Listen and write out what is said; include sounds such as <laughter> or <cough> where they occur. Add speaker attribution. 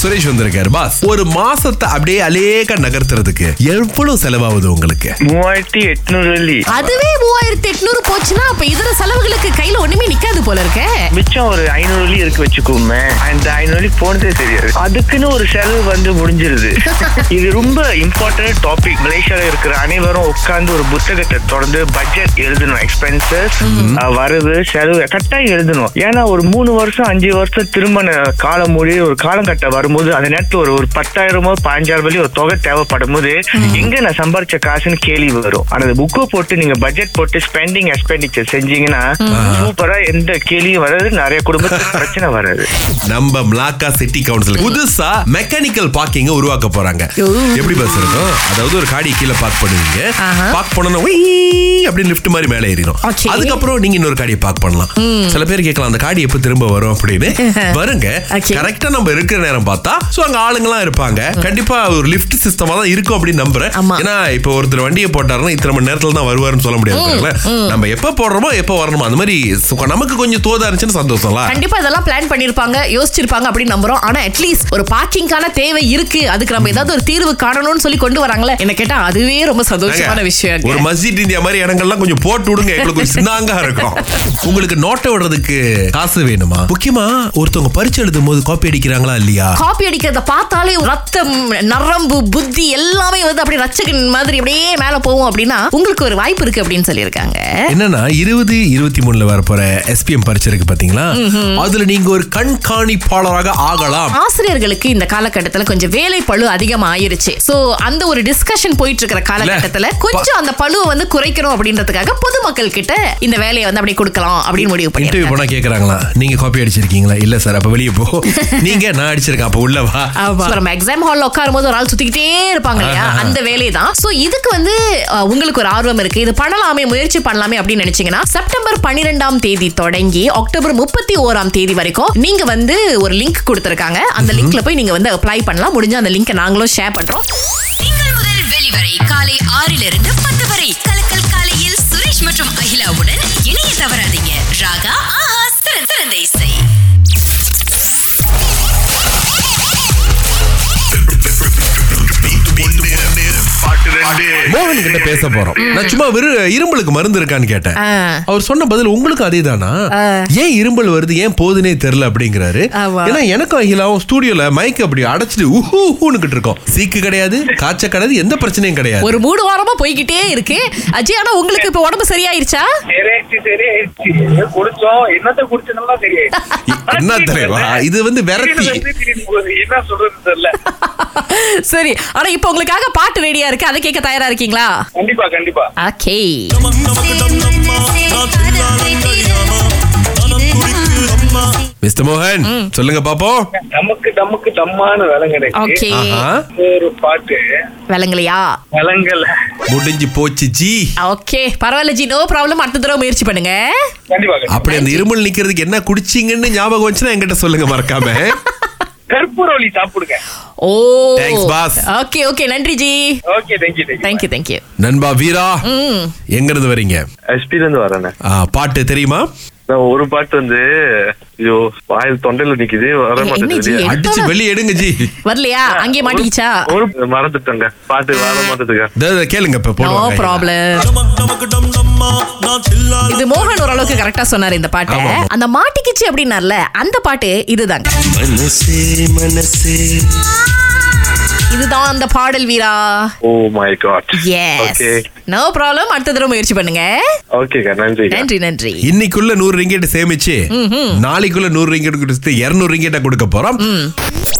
Speaker 1: சுரேஷ் வந்திருக்காரு பாஸ் ஒரு மாசத்தை அப்படியே அலேக்க நகர்த்துறதுக்கு எவ்வளவு செலவாகுது உங்களுக்கு
Speaker 2: மூவாயிரத்தி எட்நூறு வெள்ளி
Speaker 3: அதுவே மூவாயிரத்தி எட்நூறு போச்சுன்னா அப்ப இதர செலவுகளுக்கு கையில ஒண்ணுமே நிக்காது போல இருக்க
Speaker 2: மிச்சம் ஒரு ஐநூறு வெள்ளி இருக்கு வச்சுக்கோமே அந்த ஐநூறு வெள்ளி போனதே தெரியாது அதுக்குன்னு ஒரு செலவு வந்து முடிஞ்சிருது இது ரொம்ப இம்பார்ட்டன்ட் டாபிக் மலேசியால இருக்கிற அனைவரும் உட்கார்ந்து ஒரு புத்தகத்தை தொடர்ந்து பட்ஜெட் எழுதணும் எக்ஸ்பென்சஸ் வரவு செலவு கட்டாயம் எழுதணும் ஏன்னா ஒரு மூணு வருஷம் அஞ்சு வருஷம் திருமண காலம் முடிய ஒரு காலங்கட்டம் வரும்போது அந்த நேரத்துல ஒரு ஒரு பத்தாயிரமோ பதினஞ்சாயிரம் வழி ஒரு தொகை தேவைப்படும் போது எங்க நான் சம்பாரிச்ச காசுன்னு கேள்வி வரும் ஆனா அந்த புக்கை போட்டு நீங்க பட்ஜெட் போட்டு ஸ்பெண்டிங் எக்ஸ்பெண்டிச்சர் செஞ்சீங்கன்னா சூப்பரா எந்த கேள்வியும் வராது நிறைய குடும்பத்துக்கு பிரச்சனை வராது
Speaker 1: நம்ம மிளாக்கா சிட்டி கவுன்சில் புதுசா மெக்கானிக்கல் பார்க்கிங் உருவாக்க போறாங்க
Speaker 3: ஓ.
Speaker 1: எப்படி பஸ் இருக்கும் அதாவது ஒரு காடி கீழே பார்க் பண்ணுவீங்க
Speaker 3: ஆஹா.
Speaker 1: பார்க் பண்ணனும் அப்படி லிஃப்ட் மாதிரி மேலே ஏறிடும்
Speaker 3: Okay.
Speaker 1: அதுக்கப்புறம் நீங்க இன்னொரு காடியை பார்க் பண்ணலாம் சில பேர் கேட்கலாம் அந்த காடி எப்ப திரும்ப வரும்
Speaker 3: <laughs>
Speaker 1: அப்படின்னு வருங்க
Speaker 3: Okay.
Speaker 1: கரெக்டா நம்ம இருக்கிற நேரம் பார்த்தா சோ அங்க ஆளுங்கலாம் இருப்பாங்க கண்டிப்பா ஒரு லிஃப்ட் சிஸ்டமா தான் இருக்கும் அப்படின்னு நம்புறேன்
Speaker 3: ஆமா.
Speaker 1: ஏன்னா இப்போ ஒருத்தர் வண்டியை போட்டாருன்னா இத்தனை மணி நேரத்துல தான் வருவாருன்னு சொல்ல முடியாது பாருங்களேன். நம்ம எப்ப போடுறோமோ எப்ப வரணுமோ அந்த மாதிரி சு- நமக்கு கொஞ்சம் தோதா இருந்துச்சுன்னு சந்தோஷம்ல
Speaker 3: கண்டிப்பா இதெல்லாம் பிளான் பண்ணிருப்பாங்க யோசிச்சிருப்பாங்க அப்படின்னு நம்புறோம் ஆனா அட்லீஸ்ட் ஒரு பார்க்கிங்கான தேவை இருக்கு அதுக்கு நம்ம ஏதாவது ஒரு தீர்வு காணணும்னு சொல்லி கொண்டு வராங்களே என்ன கேட்டா அதுவே ரொம்ப சந்தோஷமான விஷயம்
Speaker 1: ஒரு மஸ்ஜித் இந்தியா மாதிரி இடங்கள்லாம் கொஞ்சம் போட்டு விடுங்க எங்களுக்கு ஒரு சின்னாங்கா இருக்கும் உங்களுக்கு நோட்டை விடுறதுக்கு காசு வேணுமா முக்கியமா ஒருத்தவங்க பரிச்சு எழுதும் போது காப்பி அடிக்கிறாங்களா இல்லையா
Speaker 3: காப்பி அடிக்கிறத பார்த்தாலே ரத்தம் நரம்பு புத்தி எல்லாமே வந்து அப்படியே ரச்சகன் மாதிரி அப்படியே மேல போகும் அப்படின்னா உங்களுக்கு ஒரு வாய்ப்பு இருக்கு அப்படின்னு சொல்லியிருக்காங்க
Speaker 1: என்னன்னா இருபது இருபத்தி மூணுல வர போற எஸ்பிஎம் பரிச்சை இருக்கு பாத்தீங்களா அதுல நீங்க ஒரு கண்காணிப்பாளராக ஆகலாம்
Speaker 3: ஆசிரியர்களுக்கு இந்த காலகட்டத்துல கொஞ்சம் வேலை பளு அதிகமா ஆயிருச்சு சோ அந்த ஒரு டிஸ்கஷன் போயிட்டு இருக்கிற காலகட்டத்துல
Speaker 1: இல்ல.
Speaker 3: கொஞ்சம் அந்த பளுவை வந்து குறைக்கணும் அப்படின்றதுக்காக பொதுமக்கள் கிட்ட இந்த வேலையை வந்து அப்படியே கொடுக்கலாம் அப்படின்னு முடிவு
Speaker 1: இன்டர்வியூ
Speaker 3: பண்ணிருக்காங்க
Speaker 1: போனா கேக்குறாங்களா நீங்க காப்பி அடிச்சிருக்கீங்களா இல்ல சார் அப்ப வெளியே போ நீங்க நான் அடிச்சிருக்கேன் அப்ப உள்ள வா
Speaker 3: So, நம்ம எக்ஸாம் ஹால்ல உட்காரும் போது ஒரு ஆள் சுத்திக்கிட்டே இருப்பாங்க இல்லையா
Speaker 1: ஆஹா.
Speaker 3: அந்த வேலை தான் சோ இதுக்கு வந்து அஹ், உங்களுக்கு ஒரு ஆர்வம் இருக்கு இது பண்ணலாமே முயற்சி பண்ணலாமே அப்படின்னு நினைச்சீங்கன்னா செப்டம்பர் பன்னிரெண்டாம் தேதி தொடங்கி அக்டோபர் முப்பத்தி ஓராம் தேதி வரைக்கும் நீங்க வந்து ஒரு லிங்க் கொடுத்திருக்காங்க அந்த லிங்க்ல போய் நீங்க வந்து அப்ளை பண்ணலாம் முடிஞ்ச அந்த லிங்கை நாங்களும் ஷேர் பண்றோம்
Speaker 4: திங்கள் முதல் வெளிவரை காலை ஆறிலிருந்து பத்து வரை கலக்கல் காலையில் சுரேஷ் மற்றும் அகிலாவுடன் இணைய தவறாதீங்க ராகா ஆஹா சிறந்த சிறந்த இசை
Speaker 1: மோகன் கிட்ட பேச போறோம் நான் சும்மா வெறும் இரும்பலுக்கு மருந்து இருக்கான்னு கேட்டேன்
Speaker 3: ஆ.
Speaker 1: அவர் சொன்ன பதில் உங்களுக்கும் அதேதானா ஏன் இரும்பல் வருது ஏன் போதுனே தெரியல அப்படிங்கிறாரு
Speaker 3: ஆமா.
Speaker 1: ஏன்னா எனக்கும் அகிலாவும் ஸ்டூடியோல மைக் அப்படி அடைச்சிட்டு உஹூ ஊனுக்கிட்டு இருக்கோம் சீக்கு கிடையாது காய்ச்ச கிடையாது எந்த பிரச்சனையும் கிடையாது
Speaker 3: ஒரு மூணு வாரமா போய்கிட்டே இருக்கு அஜய் ஆனா உங்களுக்கு இப்ப உடம்பு சரியாயிருச்சா
Speaker 5: சரியாயிடுச்சு சரியாயிடுச்சு குடிச்சோம் என்னத்த குடிச்சதுன்னா
Speaker 1: <laughs>
Speaker 5: தெரியாது
Speaker 1: என்ன தெரியுமா இது வந்து விரட்டி
Speaker 5: என்ன சொல்றது தெரியல
Speaker 3: சரி ஆனா இப்ப உங்களுக்காக பாட்டு ரெடியா இருக்கு அதை கேட்க தயாரா இருக்கீங்களா
Speaker 5: கண்டிப்பா கண்டிப்பா
Speaker 3: ஓகே
Speaker 1: மிஸ்டர் மோகன் சொல்லுங்க பாப்போம்
Speaker 5: நமக்கு நமக்கு தம்மான விலங்கடைக்கு
Speaker 3: ஓகே
Speaker 1: ஆஹா.
Speaker 5: ஒரு பாட்டு
Speaker 3: விளங்கலையா
Speaker 5: விலங்கல
Speaker 1: முடிஞ்சு போச்சு ஜி
Speaker 3: ஓகே பரவாயில்ல ஜி நோ ப்ராப்ளம் அடுத்த தடவை முயற்சி பண்ணுங்க
Speaker 5: கண்டிப்பா கண்டிப்பா.
Speaker 1: அப்படி அந்த இருமல் நிக்கிறதுக்கு என்ன குடிச்சீங்கன்னு ஞாபகம் வந்துச்சுன்னா என்கிட்ட சொல்லுங்க மறக்காம
Speaker 5: கற்பூரவள்ளி சாப்பிடுங்க
Speaker 3: ஓ
Speaker 1: Thanks, boss.
Speaker 3: ஓகே ஓகே நன்றி ஜி
Speaker 5: ஓகே தேங்க்யூ
Speaker 3: தேங்க்யூ தேங்க்யூ
Speaker 1: நண்பா வீரா எங்க இருந்து வரீங்க
Speaker 6: எஸ்பில இருந்து வரேன்
Speaker 1: ஆ, பாட்டு தெரியுமா
Speaker 6: நான் ஒரு பாட்டு வந்து ஐயோ வாயில் தொண்டையில நிக்குது வர
Speaker 3: என்ன
Speaker 6: மாட்டேங்குது
Speaker 3: ஜி?
Speaker 6: வெளியே.
Speaker 1: அடிச்சு வெளிய எடுங்க ஜி
Speaker 3: வரலையா அங்கேயே மாட்டிக்கிச்சா
Speaker 6: ஒரு மறந்துட்டேங்க பாட்டு வர மாட்டதுக்கா
Speaker 1: இதோ இதை கேளுங்க இப்ப
Speaker 3: நோ
Speaker 1: போடுவாங்க
Speaker 3: ப்ராப்ளம் இது மோகன் ஓரளவுக்கு கரெக்டா சொன்னாரு இந்த பாட்டை
Speaker 1: ஆமா, ஆமா.
Speaker 3: அந்த மாட்டிக்கிச்சு அப்படின்னார்ல அந்த பாட்டு இதுதாங்க இதுதான் அந்த பாடல் Veera
Speaker 6: oh my god
Speaker 3: yes
Speaker 6: okay
Speaker 3: no problem அடுத்த தடவை முயற்சி பண்ணுங்க
Speaker 6: ஓகேக்கா நன்றிக்கா
Speaker 3: நன்றி நன்றி
Speaker 1: இன்னைக்குள்ள நூறு ரிங்கெட் சேமிச்சு நாளைக்குள்ள நூறு ரிங்கெட் கொடுத்து இருநூறு ரிங்கெட்டா கொடுக்க போறோம்